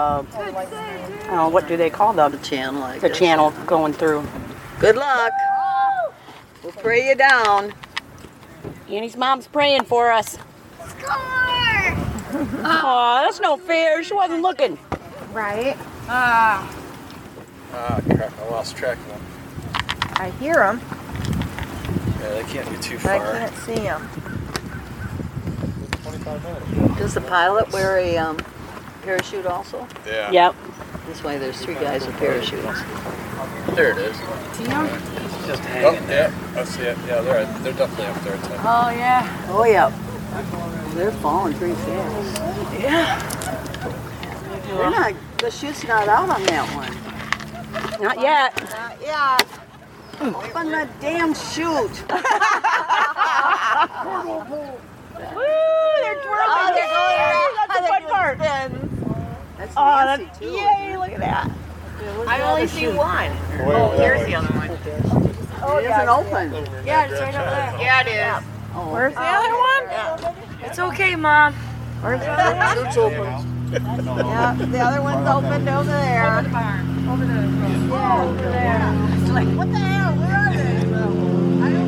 [SPEAKER 4] uh, what do they call
[SPEAKER 9] The
[SPEAKER 4] the
[SPEAKER 9] channel, I
[SPEAKER 4] the
[SPEAKER 9] guess.
[SPEAKER 4] channel going through?
[SPEAKER 9] Good luck. We'll pray you down.
[SPEAKER 4] Annie's mom's praying for us.
[SPEAKER 11] Score!
[SPEAKER 4] Aw, that's no fair. She wasn't looking.
[SPEAKER 6] Right.
[SPEAKER 12] Ah, crap. I lost track of them.
[SPEAKER 6] I hear them.
[SPEAKER 12] Yeah, they can't get too
[SPEAKER 6] I can't see them.
[SPEAKER 9] Does the pilot wear a um, parachute also?
[SPEAKER 8] Yeah.
[SPEAKER 13] Yep.
[SPEAKER 9] That's why there's three guys with parachutes.
[SPEAKER 8] There it is.
[SPEAKER 9] Do you know?
[SPEAKER 8] It's just hanging. Oh, yeah, I see it. Yeah, they're, they're definitely up there. Too.
[SPEAKER 9] Oh, yeah. Oh, yeah. They're falling pretty fast. Yeah. They're not, the chute's not out on that one.
[SPEAKER 13] Not yet.
[SPEAKER 9] Not yet. Open the damn chute.
[SPEAKER 4] Woo! They're twirling.
[SPEAKER 9] Oh, they're going around.
[SPEAKER 4] That's the fun
[SPEAKER 9] They're doing
[SPEAKER 4] part.
[SPEAKER 9] That's
[SPEAKER 4] oh,
[SPEAKER 9] nasty,
[SPEAKER 4] that's,
[SPEAKER 9] too,
[SPEAKER 4] yay! Look at that.
[SPEAKER 9] I only see one.
[SPEAKER 4] Oh, there's the other one.
[SPEAKER 9] Oh, it isn't open.
[SPEAKER 7] Yeah, it's right over there. Yeah, it is.
[SPEAKER 3] Where's the other one?
[SPEAKER 7] It's okay, Mom.
[SPEAKER 9] It's open. Yeah, the other one's opened over there. Over the barn. Over the. Yeah, over there. It's like, what the hell? Where are they?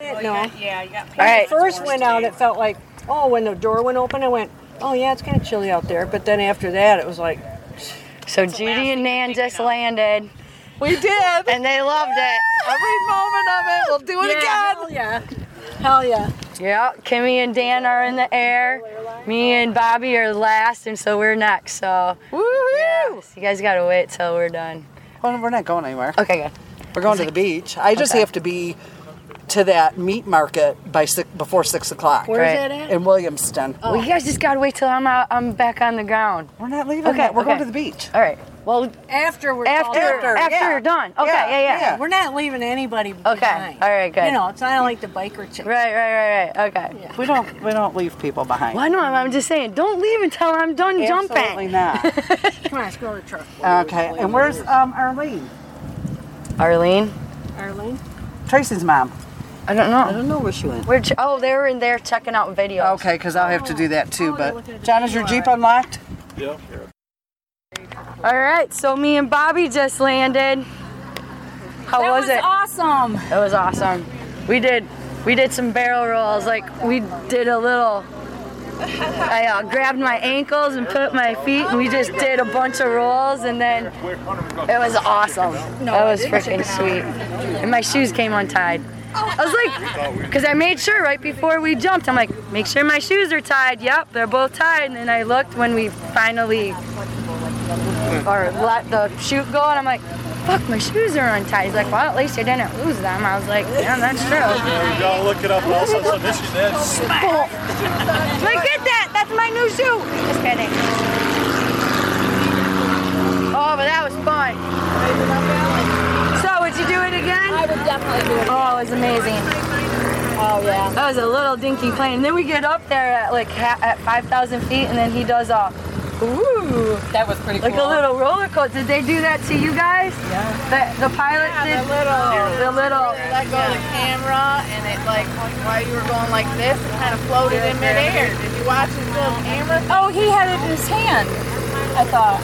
[SPEAKER 10] No.
[SPEAKER 3] Yeah, you got
[SPEAKER 10] When it first went out, it felt like, oh, when the door went open, I went, oh, yeah, it's kind of chilly out there. But then after that, it was like,
[SPEAKER 1] So Judy and Nan just landed.
[SPEAKER 10] We did.
[SPEAKER 1] And they loved it.
[SPEAKER 10] Every moment of it, we'll do
[SPEAKER 1] it again.
[SPEAKER 10] Hell yeah. Hell yeah.
[SPEAKER 1] Yeah, Kimmy and Dan are in the air. Me and Bobby are last, and so we're next. So, woohoo! you guys gotta wait till we're done.
[SPEAKER 5] Well, we're not going anywhere.
[SPEAKER 1] Okay, good.
[SPEAKER 5] We're going to the beach. I just
[SPEAKER 1] Okay.
[SPEAKER 5] have to be to that meat market by six, before six o'clock.
[SPEAKER 1] Where's Right. that at?
[SPEAKER 5] In Williamston.
[SPEAKER 1] Well, you guys just gotta wait till I'm out, I'm back on the ground.
[SPEAKER 5] We're not leaving. yet. We're going to the beach.
[SPEAKER 1] All right. Well,
[SPEAKER 10] After we're
[SPEAKER 1] After-
[SPEAKER 10] all done.
[SPEAKER 1] after- after you're done. Okay, yeah, yeah.
[SPEAKER 10] We're not leaving anybody okay. behind.
[SPEAKER 1] all right, good.
[SPEAKER 10] You know, it's not like the biker chicks.
[SPEAKER 1] Right, right, right, right. Okay.
[SPEAKER 5] We don't we don't leave people behind.
[SPEAKER 1] Why not? I'm just saying, don't leave until I'm done
[SPEAKER 5] Absolutely
[SPEAKER 1] jumping.
[SPEAKER 5] not.
[SPEAKER 10] Come on, let's go to the truck.
[SPEAKER 1] Uh,
[SPEAKER 5] Okay. And where's um, Arlene?
[SPEAKER 1] Arlene?
[SPEAKER 10] Arlene?
[SPEAKER 5] Tracy's mom.
[SPEAKER 1] I don't know. I don't
[SPEAKER 9] know where she went.
[SPEAKER 1] We're ch- oh, they were in there checking out videos.
[SPEAKER 5] Okay, because I'll have to do that too. But John, is your Jeep unlocked?
[SPEAKER 8] Yeah.
[SPEAKER 1] All right, so me and Bobby just landed. How was, it?
[SPEAKER 10] Awesome.
[SPEAKER 1] It was awesome. We did we did some barrel rolls. Like we did a little. I uh, grabbed my ankles and put my feet, and we just did a bunch of rolls, and then it was awesome. That was freaking sweet. And my shoes came untied. I was like, because I made sure right before we jumped, I'm like, make sure my shoes are tied. Yep, they're both tied. And then I looked when we finally or let the chute go, and I'm like, fuck, my shoes are untied. He's like, well, at least you didn't lose them. I was like, yeah, that's true.
[SPEAKER 8] You gotta look it up. Also, some issues then.
[SPEAKER 1] Look at that! That's my new shoe! Just kidding. Oh, but that was fun. So, would you do it again? I would definitely do it again. Oh, it was amazing. Oh, yeah. That was a little dinky plane. And then we get up there at like ha- at 5,000 feet, and then he does a ooh. That was pretty like
[SPEAKER 10] cool.
[SPEAKER 1] a little roller coaster. Did they do that to you guys? Yeah. The, the pilot did? The little.
[SPEAKER 3] Let go of the camera, and it like while you were going like this, it kind of floated in midair. Did you watch his little camera?
[SPEAKER 10] Oh, he had it in his hand, I thought.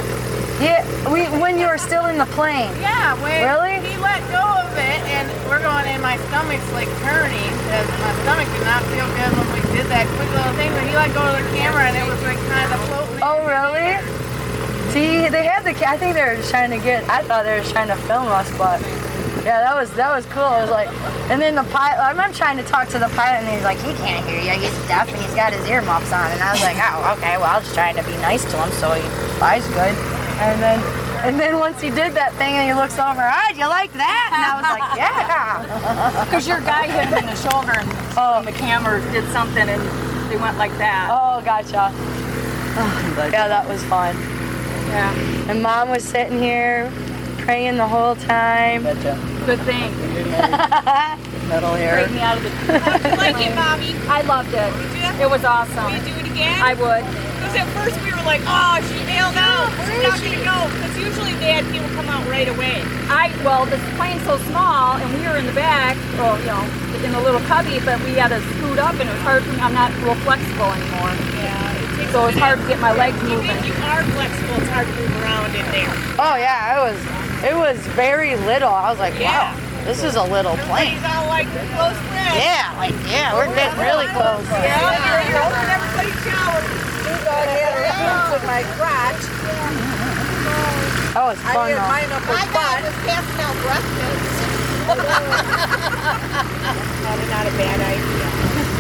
[SPEAKER 1] Yeah, we, when you were still in the plane.
[SPEAKER 3] Yeah, when
[SPEAKER 1] Really?
[SPEAKER 3] he let go of it, and we're going, and my stomach's like turning because my stomach did not feel good when we did that quick little thing. But he let go of the camera, and it was like kind of floating.
[SPEAKER 1] Oh, really? See, they had the. ca- I think they were just trying to get. I thought they were just trying to film us, but yeah, that was that was cool. It was like, and then the pilot. I remember trying to talk to the pilot, and he's like, he can't hear you. He's deaf, and he's got his earmuffs on. And I was like, oh, okay. Well, I was trying to be nice to him, so he flies good. And then, and then once he did that thing, and he looks over, ah, you like that? And I was like, yeah.
[SPEAKER 10] Because your guy hit him in the shoulder and oh. the camera did something and they went like that.
[SPEAKER 1] Oh, gotcha. yeah, that was fun. Yeah. And mom was sitting here praying the whole time.
[SPEAKER 10] Good thing.
[SPEAKER 5] Metal hair.
[SPEAKER 10] me out of the like it, Bobby. I loved it. It was awesome. Would you do it again? I would.
[SPEAKER 4] Because at first we were like, oh, she bailed out. She's not going to go. Because usually they had people come out right away.
[SPEAKER 10] I well, this plane's so small, and we were in the back, well, you know, in the little cubby, but we had to scoot up, and it was hard. For me. I'm not real flexible anymore. Yeah. So it's hard to get my legs moving. You are flexible. It's hard to move around in there.
[SPEAKER 1] Oh yeah, it was it was very little. I was like, wow, this is a little plane.
[SPEAKER 3] He's all like close friends.
[SPEAKER 1] Yeah, like yeah, we're getting really close.
[SPEAKER 3] Yeah, you're holding everybody showered.
[SPEAKER 5] with my crotch.
[SPEAKER 1] That was
[SPEAKER 5] I
[SPEAKER 1] fun
[SPEAKER 5] had
[SPEAKER 1] though.
[SPEAKER 5] mine up her butt.
[SPEAKER 2] was passing out breakfast.
[SPEAKER 9] Probably not a bad idea.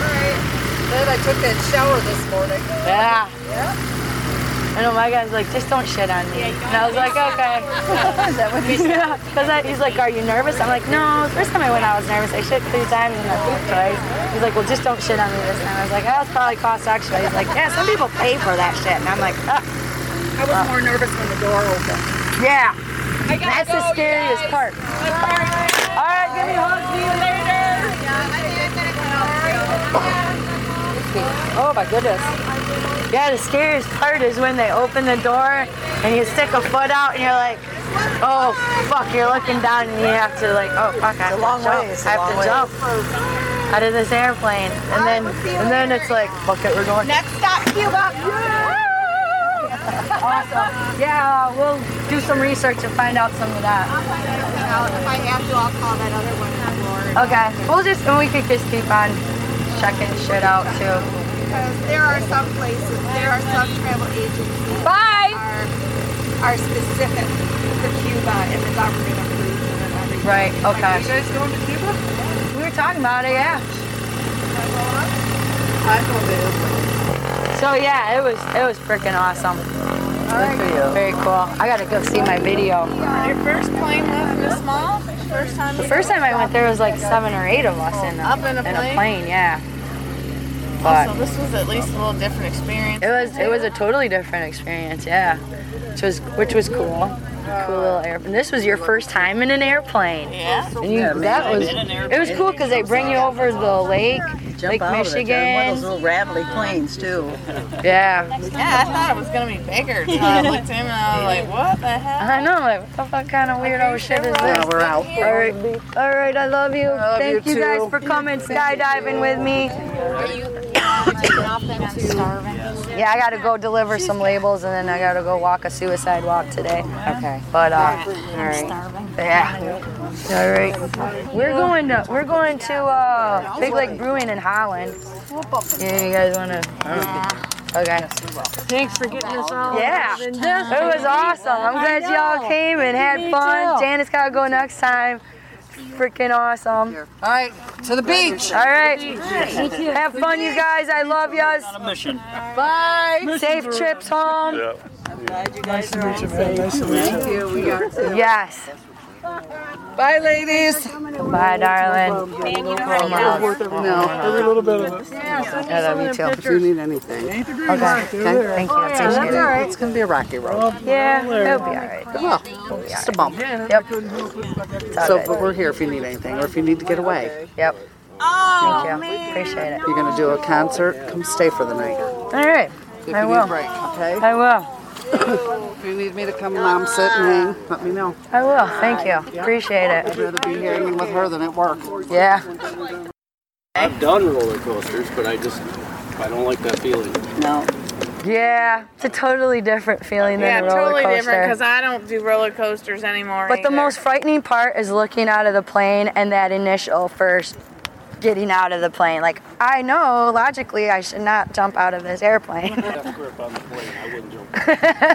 [SPEAKER 9] Alright. Then I took that shower this morning.
[SPEAKER 1] Yeah.
[SPEAKER 9] Yeah.
[SPEAKER 1] I know my guy's like, just don't shit on me. and I was like, okay. Is that what he said? Because he's like, are you nervous? I'm like, no. First time I went, I was nervous. I shit three times and I pooped twice. He's like, well, just don't shit on me this time. I was like, oh, it's probably cost extra. He's like, yeah, some people pay for that shit. And I'm like, ah.
[SPEAKER 5] I was more nervous when the door opened.
[SPEAKER 1] Yeah.
[SPEAKER 5] I gotta
[SPEAKER 1] That's the
[SPEAKER 5] go,
[SPEAKER 1] scariest
[SPEAKER 5] guys.
[SPEAKER 1] part. All right, give me hugs. See you later. Oh my goodness. Yeah, the scariest part is when they open the door and you stick a foot out and you're like, oh fuck, you're looking down and you have to like, oh fuck, I have
[SPEAKER 5] long
[SPEAKER 1] to jump.
[SPEAKER 5] way, it's a
[SPEAKER 1] I have
[SPEAKER 5] long
[SPEAKER 1] to
[SPEAKER 5] way.
[SPEAKER 1] jump out of this airplane. And then and then it's like, fuck it, we're going. Next
[SPEAKER 9] stop, Cuba.
[SPEAKER 1] awesome. Yeah, we'll do some research and find out some of that.
[SPEAKER 9] If I have to, I'll call that other one on board.
[SPEAKER 1] Okay, we'll just and we could just keep on checking shit out too.
[SPEAKER 9] Because there are some places, there are some travel agencies
[SPEAKER 10] Bye.
[SPEAKER 9] that are, are specific for Cuba and the government approves them and everything.
[SPEAKER 1] Right. Okay.
[SPEAKER 9] Like, are you guys going to Cuba?
[SPEAKER 1] We were talking about it, yeah.
[SPEAKER 5] I know this.
[SPEAKER 1] So yeah, it was it was freaking awesome. Good for you. Very cool. I gotta go see my video.
[SPEAKER 3] Your first plane wasn't this small? First time?
[SPEAKER 1] The first time I went, there was like seven or eight of us in a,
[SPEAKER 3] Up in a plane?
[SPEAKER 1] plane, yeah.
[SPEAKER 3] Oh,
[SPEAKER 1] But
[SPEAKER 3] so this was at least a little different experience.
[SPEAKER 1] it was it was a totally different experience, yeah. Which was which was cool. Cool little airplane. This was your first time in an airplane.
[SPEAKER 3] Yeah.
[SPEAKER 1] And you, that was it was cool because they bring you over the lake, Lake
[SPEAKER 5] One of those
[SPEAKER 1] Michigan.
[SPEAKER 5] little rattly planes too.
[SPEAKER 1] Yeah.
[SPEAKER 3] Yeah, I thought it was gonna be bigger. until I looked at him and I was like, "What the hell?"
[SPEAKER 1] I know, like, what the fuck kind of weirdo shit is this?
[SPEAKER 5] Yeah, we're out.
[SPEAKER 1] All right, all right, I love you.
[SPEAKER 5] love
[SPEAKER 1] Thank
[SPEAKER 5] you
[SPEAKER 1] you, guys
[SPEAKER 5] too.
[SPEAKER 1] for coming skydiving with me. Yeah, I gotta go deliver some labels and then I gotta go walk a suicide walk today. Okay. But uh, all right. Yeah. All right. We're going to we're going to uh, Big Lake Brewing in Holland. Yeah, you guys wanna? Okay. Thanks for getting us all. Yeah. It was awesome. I'm glad y'all came and had fun. Janice gotta go next time. Freaking awesome. All right, to the beach. All right. Have fun, you guys. I love yous.
[SPEAKER 14] mission.
[SPEAKER 1] Bye. Safe trips home.
[SPEAKER 5] Nice to meet you, man. Nice to meet you. Thank you. We are too.
[SPEAKER 1] Yes.
[SPEAKER 5] Bye, ladies.
[SPEAKER 1] Bye, darling. Oh, my.
[SPEAKER 5] No, there's a little bit of it.
[SPEAKER 1] I love you too.
[SPEAKER 5] If you need anything.
[SPEAKER 1] Okay. Thank
[SPEAKER 9] Oh,
[SPEAKER 1] you. I appreciate it.
[SPEAKER 5] It's gonna be a rocky road.
[SPEAKER 1] Yeah, it'll be all right.
[SPEAKER 5] Yeah, just a bump.
[SPEAKER 1] Yep. It's all
[SPEAKER 5] So,
[SPEAKER 1] good.
[SPEAKER 5] but we're here if you need anything, or if you need to get away.
[SPEAKER 1] Yep. Thank you.
[SPEAKER 5] Oh,
[SPEAKER 1] Appreciate it.
[SPEAKER 5] You're gonna do a concert. Come stay for the night.
[SPEAKER 1] All right.
[SPEAKER 5] If
[SPEAKER 1] I
[SPEAKER 5] you need
[SPEAKER 1] will.
[SPEAKER 5] a break, okay?
[SPEAKER 1] I will.
[SPEAKER 5] If you need me to come and I'm sitting, hang, let me know.
[SPEAKER 1] I will. Thank you. Appreciate
[SPEAKER 5] I'd
[SPEAKER 1] it.
[SPEAKER 5] rather be here hanging with her than at work.
[SPEAKER 1] Yeah.
[SPEAKER 14] I've done roller coasters, but I just I don't like that feeling.
[SPEAKER 5] No.
[SPEAKER 1] Yeah. It's a totally different feeling
[SPEAKER 3] Yeah,
[SPEAKER 1] than a roller
[SPEAKER 3] totally different because
[SPEAKER 1] coaster.
[SPEAKER 3] I don't do roller coasters anymore.
[SPEAKER 1] But the
[SPEAKER 3] either.
[SPEAKER 1] most frightening part is looking out of the plane and that initial first getting out of the plane. Like, I know logically I should not jump out of this airplane.
[SPEAKER 14] Tough grip on the plane. I wouldn't jump.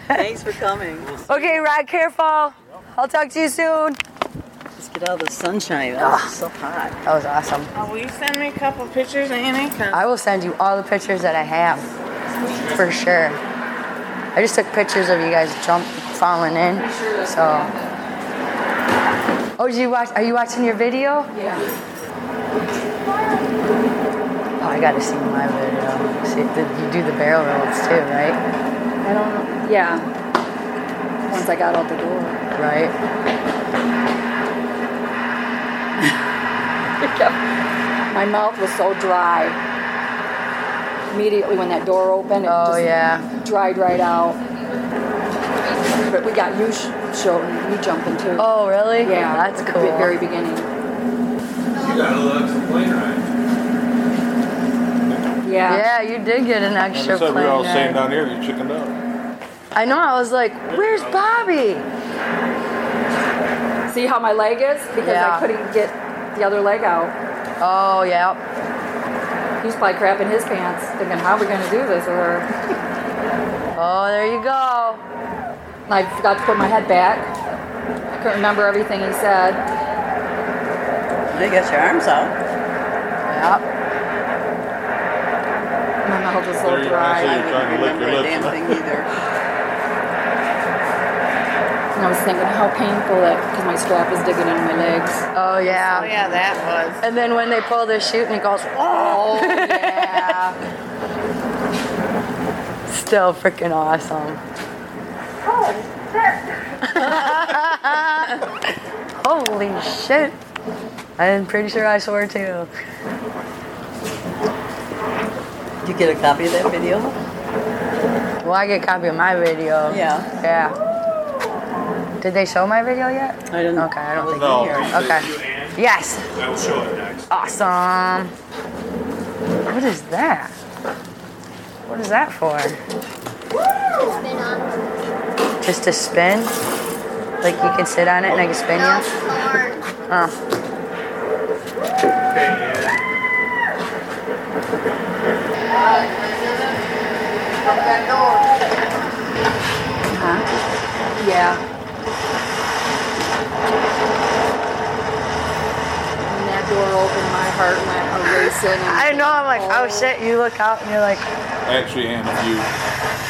[SPEAKER 5] Thanks for coming.
[SPEAKER 1] okay, ride careful. I'll talk to you soon.
[SPEAKER 5] Let's get out of the sunshine. Oh, it's so hot.
[SPEAKER 1] That was awesome.
[SPEAKER 3] Oh, will you send me a couple pictures, Annie? 'Cause
[SPEAKER 1] I will send you all the pictures that I have, for sure. I just took pictures of you guys jump falling in. So. Oh, did you watch? Are you watching your video?
[SPEAKER 9] Yeah.
[SPEAKER 1] Oh, I gotta see my video. See, did you do the barrel rolls too, right?
[SPEAKER 7] I don't know. Yeah. Once I got out the door.
[SPEAKER 1] Right.
[SPEAKER 7] My mouth was so dry. Immediately when that door opened, it
[SPEAKER 1] Oh
[SPEAKER 7] just
[SPEAKER 1] yeah.
[SPEAKER 7] dried right out. But we got you, sh- Sheldon, you jumping too.
[SPEAKER 1] Oh really?
[SPEAKER 7] Yeah,
[SPEAKER 1] that's
[SPEAKER 7] at
[SPEAKER 1] cool.
[SPEAKER 7] The very beginning.
[SPEAKER 8] You got a little plane ride.
[SPEAKER 7] Yeah.
[SPEAKER 1] Yeah, you did get an extra
[SPEAKER 8] said we
[SPEAKER 1] plane
[SPEAKER 8] were all sitting
[SPEAKER 1] ride.
[SPEAKER 8] down here. You chickened out.
[SPEAKER 1] I know. I was like, "Where's Bobby?"
[SPEAKER 7] See how my leg is? Because
[SPEAKER 1] Yeah.
[SPEAKER 7] I couldn't get the other leg out.
[SPEAKER 1] Oh yeah.
[SPEAKER 7] He's probably crapping his pants, thinking, how are we going to do this? Or
[SPEAKER 1] Oh, there you go.
[SPEAKER 7] and I forgot to put my head back. I couldn't remember everything he said.
[SPEAKER 5] You got your arms out.
[SPEAKER 7] Yep.
[SPEAKER 5] My mouth is
[SPEAKER 12] so There you- dry. that's how you're trying to lick your lips.
[SPEAKER 7] And I was thinking how painful that, because my strap was digging into my legs.
[SPEAKER 1] Oh yeah. Oh
[SPEAKER 3] yeah, that was.
[SPEAKER 1] And then when they pull their chute and it goes, oh yeah. Still freaking awesome. Holy shit. I'm pretty sure I swore too.
[SPEAKER 5] Did you get a copy of that video?
[SPEAKER 1] Well, I get a copy of my video.
[SPEAKER 5] Yeah.
[SPEAKER 1] Yeah. Did they show my video yet? I didn't. Okay, I don't think
[SPEAKER 12] No.
[SPEAKER 1] they did. Okay. Yes.
[SPEAKER 12] I will show it next.
[SPEAKER 1] Awesome. What is that? What is that for? Just to spin? Like you can sit on it and I can spin you? Oh.
[SPEAKER 7] Huh? Yeah. And that door opened, my heart went racing.
[SPEAKER 1] I know, I'm like, oh shit, you look out and you're like,
[SPEAKER 12] Actually, and if you,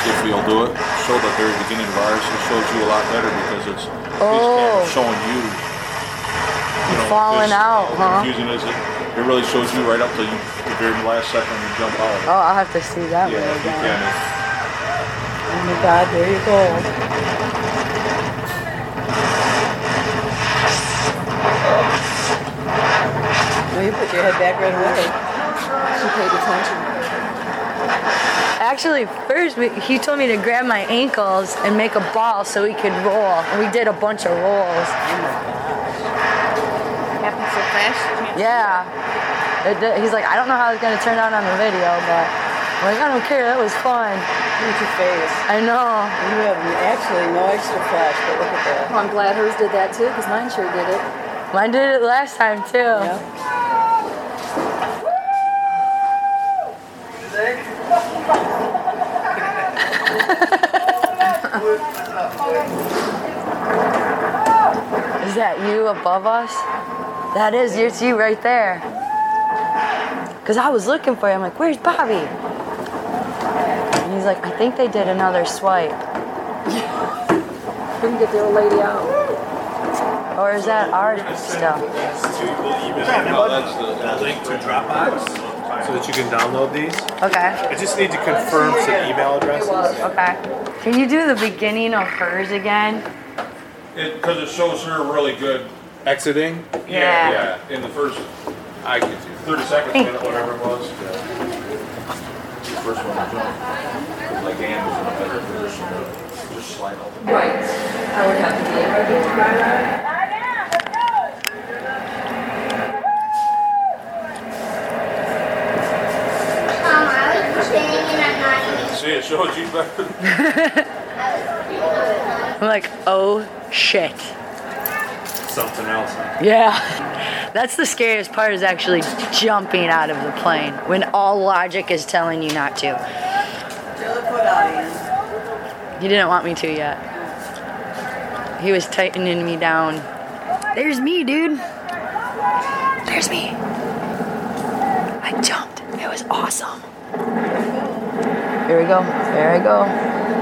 [SPEAKER 12] if you'll do it, show the very beginning of ours, it shows you a lot better because it's
[SPEAKER 1] oh,
[SPEAKER 12] showing you. You know,
[SPEAKER 1] falling
[SPEAKER 12] it's
[SPEAKER 1] out, huh?
[SPEAKER 12] Confusing is it? It really shows you right up to you, the very last second you jump
[SPEAKER 1] Oh,
[SPEAKER 12] out.
[SPEAKER 1] I'll have to see that
[SPEAKER 12] Yeah,
[SPEAKER 1] one
[SPEAKER 12] if you
[SPEAKER 1] again.
[SPEAKER 12] can.
[SPEAKER 5] Oh my God, there you go. Well, you put your head back right away. She paid attention.
[SPEAKER 1] Actually, first we, he told me to grab my ankles and make a ball so we could roll. And we did a bunch of rolls.
[SPEAKER 3] Happened so fast.
[SPEAKER 1] Yeah. It did- he's like, I don't know how it's gonna turn out on the video, but I'm like, I don't care. That was fun.
[SPEAKER 5] Look at your face.
[SPEAKER 1] I know.
[SPEAKER 5] You have actually no extra flash, but look at that.
[SPEAKER 7] Oh, I'm glad hers did that too, because mine sure did it.
[SPEAKER 1] Mine did it last time too. Is that you above us? That is, it's you right there. Cause I was looking for you. I'm like, where's Bobby? And he's like, I think they did another swipe.
[SPEAKER 7] Couldn't get the old lady out.
[SPEAKER 1] Or is that our stuff?
[SPEAKER 15] No, that's the that link to Dropbox so that you can download these.
[SPEAKER 1] Okay.
[SPEAKER 15] I just need to confirm some email addresses.
[SPEAKER 1] Okay. Can you do the beginning of hers again?
[SPEAKER 12] It, cause it shows her really good. Exiting?
[SPEAKER 1] Yeah.
[SPEAKER 12] Yeah, in the first, I could do thirty seconds,
[SPEAKER 1] Thank
[SPEAKER 12] minute, whatever it was. The First one to jump. Like Anne was in a better position to just slide over.
[SPEAKER 7] I would have to be
[SPEAKER 16] I was sitting and I'm not even
[SPEAKER 12] See, it shows you better.
[SPEAKER 1] I'm like, oh shit.
[SPEAKER 15] Something else.
[SPEAKER 1] Yeah. That's the scariest part is actually jumping out of the plane when all logic is telling you not to. He didn't want me to yet. He was tightening me down. There's me, dude. There's me. I jumped. It was awesome. Here we go. There I go.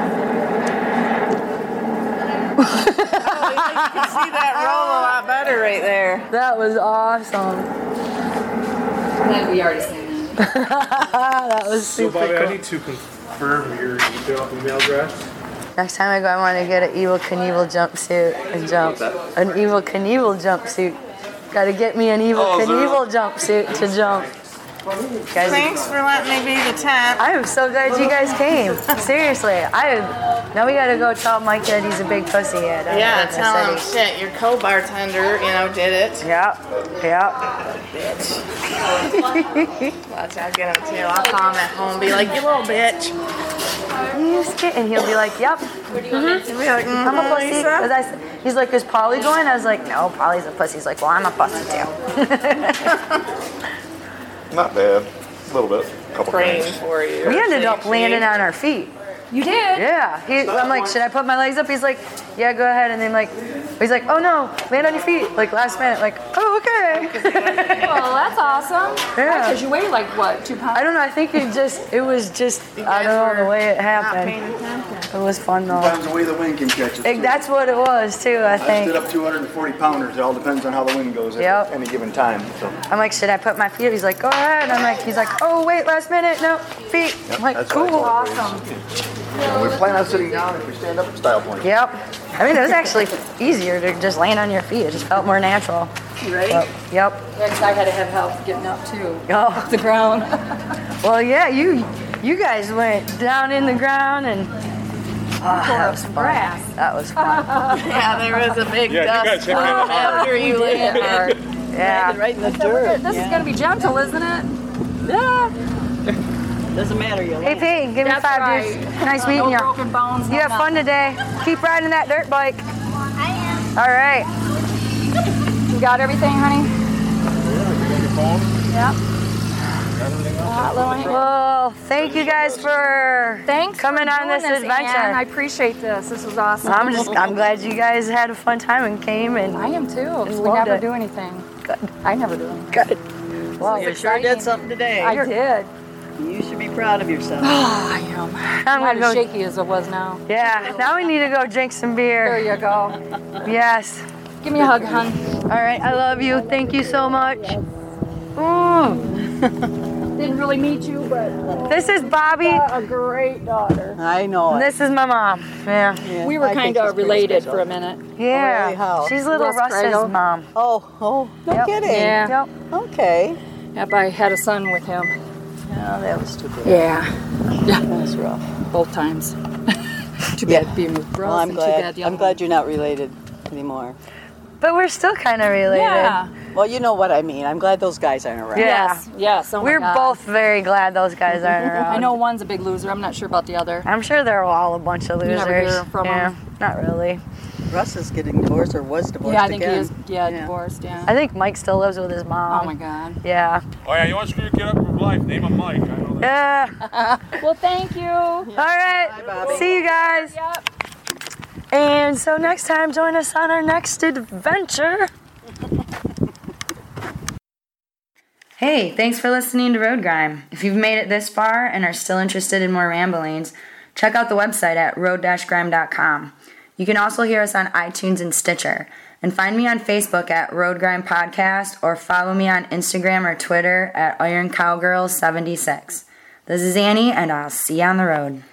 [SPEAKER 3] You can see that roll a lot better right there.
[SPEAKER 1] That was awesome.
[SPEAKER 7] Glad we already seen
[SPEAKER 1] that was
[SPEAKER 15] So
[SPEAKER 1] super
[SPEAKER 15] Bobby, I
[SPEAKER 1] cool.
[SPEAKER 15] need to confirm your email email address.
[SPEAKER 1] Next time I go, I want to get an Evil Knievel jumpsuit and jump. An Evil Knievel jumpsuit. Got to get me an Evil
[SPEAKER 3] Oh, is there-
[SPEAKER 1] Knievel jumpsuit to jump. Guys,
[SPEAKER 3] Thanks for letting me be the temp.
[SPEAKER 1] I am so glad you guys came. Seriously, I now we gotta go tell Mike that he's a big pussy head. out
[SPEAKER 3] Yeah,
[SPEAKER 1] in the
[SPEAKER 3] tell him
[SPEAKER 1] city.
[SPEAKER 3] shit. Your co-bartender, you know, did it.
[SPEAKER 1] Yep. Yep.
[SPEAKER 3] Bitch. Watch, I'll get him too. I'll call him at home, and be like, you little bitch.
[SPEAKER 1] He's ki- and he'll be like, "Yep." Mhm.
[SPEAKER 3] He'll be like,
[SPEAKER 1] I'm a
[SPEAKER 3] "Mhm,
[SPEAKER 1] pussy.
[SPEAKER 3] Lisa."
[SPEAKER 1] 'Cause I s- he's like, "Is Polly going?" I was like, "No, Polly's a pussy." He's like, "Well, I'm a pussy too."
[SPEAKER 12] Not bad, a little bit, couple
[SPEAKER 3] Praying for you.
[SPEAKER 1] we ended up
[SPEAKER 3] Thank you.
[SPEAKER 1] landing on our feet.
[SPEAKER 7] You did?
[SPEAKER 1] Yeah. He, I'm like, should I put my legs up? He's like, yeah, go ahead. And then like, he's like, oh no, land on your feet. Like last minute, like, oh okay.
[SPEAKER 7] well, that's awesome.
[SPEAKER 1] Yeah.
[SPEAKER 7] Because you weigh like what, two pounds?
[SPEAKER 1] I don't know. I think it just, it was just, I don't know the way it happened. It was fun though.
[SPEAKER 17] Depends the way the wind can catch us.
[SPEAKER 1] Like, that's what it was too. I
[SPEAKER 17] I stood
[SPEAKER 1] think.
[SPEAKER 17] up 240 pounders. It all depends on how the wind goes
[SPEAKER 1] Yep.
[SPEAKER 17] at any given time. So
[SPEAKER 1] I'm like, should I put my feet? up? He's like, go ahead. I'm like, he's like, oh wait, last minute, no feet. I'm like,
[SPEAKER 17] that's what I
[SPEAKER 1] cool,
[SPEAKER 17] told
[SPEAKER 1] awesome.
[SPEAKER 17] we plan on sitting down if we stand up at style point.
[SPEAKER 1] Yep. I mean, it was actually easier to just land on your feet. It just felt more natural.
[SPEAKER 18] Right?
[SPEAKER 1] But, yep.
[SPEAKER 18] Yeah, 'cause I had to have help getting up too.
[SPEAKER 1] Oh, the ground. well, yeah, you you guys went down in the ground and Ah, that was fun.
[SPEAKER 7] grass.
[SPEAKER 1] That was fun.
[SPEAKER 3] yeah, there was a big
[SPEAKER 1] Yeah, you guys
[SPEAKER 3] dust
[SPEAKER 1] hit it
[SPEAKER 3] storm
[SPEAKER 1] hard.
[SPEAKER 3] after you
[SPEAKER 1] You did
[SPEAKER 3] landed.
[SPEAKER 1] hit hard. Yeah.
[SPEAKER 3] Landed right in the
[SPEAKER 7] This
[SPEAKER 3] dirt.
[SPEAKER 7] is gonna be gentle, isn't it? Yeah.
[SPEAKER 9] Doesn't matter, you
[SPEAKER 1] Hey, Pete, give me
[SPEAKER 7] That's
[SPEAKER 1] five
[SPEAKER 7] right.
[SPEAKER 1] dudes. Nice
[SPEAKER 7] No
[SPEAKER 1] meeting you.
[SPEAKER 7] broken bones, no
[SPEAKER 1] you have fun today. Keep riding that dirt bike. I am. All right.
[SPEAKER 7] You got everything, honey? Yeah.
[SPEAKER 1] Well, thank you guys for
[SPEAKER 7] Thanks
[SPEAKER 1] coming
[SPEAKER 7] for
[SPEAKER 1] on
[SPEAKER 7] doing
[SPEAKER 1] this adventure.
[SPEAKER 7] Ann. I appreciate this. This was awesome.
[SPEAKER 1] I'm just I'm glad you guys had a fun time and came and
[SPEAKER 7] I am too. 'cause we
[SPEAKER 1] loved
[SPEAKER 7] never
[SPEAKER 1] it.
[SPEAKER 7] do anything. Good. I never do anything.
[SPEAKER 1] Good.
[SPEAKER 7] Well,
[SPEAKER 9] you sure did something today.
[SPEAKER 7] I did.
[SPEAKER 9] You should be proud of yourself.
[SPEAKER 7] I am. I'm not
[SPEAKER 1] gonna go-
[SPEAKER 7] as shaky as it was now.
[SPEAKER 1] Yeah, now we need to go drink some beer.
[SPEAKER 7] There you go.
[SPEAKER 1] Yes.
[SPEAKER 7] Give me a hug, hon.
[SPEAKER 1] All right, I love you. Thank you so much. Ooh.
[SPEAKER 7] Didn't really meet you, but
[SPEAKER 1] This is Bobby.
[SPEAKER 7] a great daughter.
[SPEAKER 9] I know.
[SPEAKER 1] And this is my mom.
[SPEAKER 7] Oh,
[SPEAKER 1] Yeah.
[SPEAKER 7] We were kind of related for a minute.
[SPEAKER 1] Yeah. She's little
[SPEAKER 7] Russ
[SPEAKER 1] Russ's
[SPEAKER 7] Cradle.
[SPEAKER 1] mom.
[SPEAKER 9] Oh, oh,
[SPEAKER 7] no
[SPEAKER 9] kidding.
[SPEAKER 7] Yeah.
[SPEAKER 9] Okay.
[SPEAKER 7] Yep, I had a son with him.
[SPEAKER 9] No, that was too bad.
[SPEAKER 7] Yeah.
[SPEAKER 9] That was rough.
[SPEAKER 7] Both times. too
[SPEAKER 1] bad
[SPEAKER 7] being with Russ
[SPEAKER 1] Well, I'm
[SPEAKER 7] and
[SPEAKER 1] glad-
[SPEAKER 7] too bad the
[SPEAKER 1] I'm
[SPEAKER 7] other
[SPEAKER 1] glad
[SPEAKER 7] one.
[SPEAKER 1] you're not
[SPEAKER 9] related anymore.
[SPEAKER 1] But we're still kind of related.
[SPEAKER 7] Yeah.
[SPEAKER 9] Well, you know what I mean. I'm glad those guys aren't around.
[SPEAKER 1] Yeah.
[SPEAKER 7] Yes, yes. oh my
[SPEAKER 1] we're
[SPEAKER 7] God.
[SPEAKER 1] both very glad those guys aren't around.
[SPEAKER 7] I know one's a big loser. I'm not sure about the other.
[SPEAKER 1] I'm sure they're all a bunch of
[SPEAKER 7] You
[SPEAKER 1] losers.
[SPEAKER 7] never hear from
[SPEAKER 1] yeah,
[SPEAKER 7] 'em.
[SPEAKER 1] not really.
[SPEAKER 9] Russ is getting divorced or was divorced
[SPEAKER 7] yeah, I think he
[SPEAKER 9] again.
[SPEAKER 7] is. Yeah, divorced. Yeah.
[SPEAKER 1] I think Mike still lives with his mom.
[SPEAKER 7] Oh my God.
[SPEAKER 1] Yeah.
[SPEAKER 12] Oh yeah, you want to screw your kid up for life? Name him Mike. I know that.
[SPEAKER 1] Yeah.
[SPEAKER 7] well, thank you. All
[SPEAKER 1] right. See you guys.
[SPEAKER 7] Yep.
[SPEAKER 1] And so next time, join us on our next adventure. hey, thanks for listening to Road Grime. If you've made it this far and are still interested in more ramblings, check out the website at road-grime.com. You can also hear us on iTunes and Stitcher. And find me on Facebook at Road Grime Podcast or follow me on Instagram or Twitter at Iron Cowgirl76. This is Annie, and I'll see you on the road.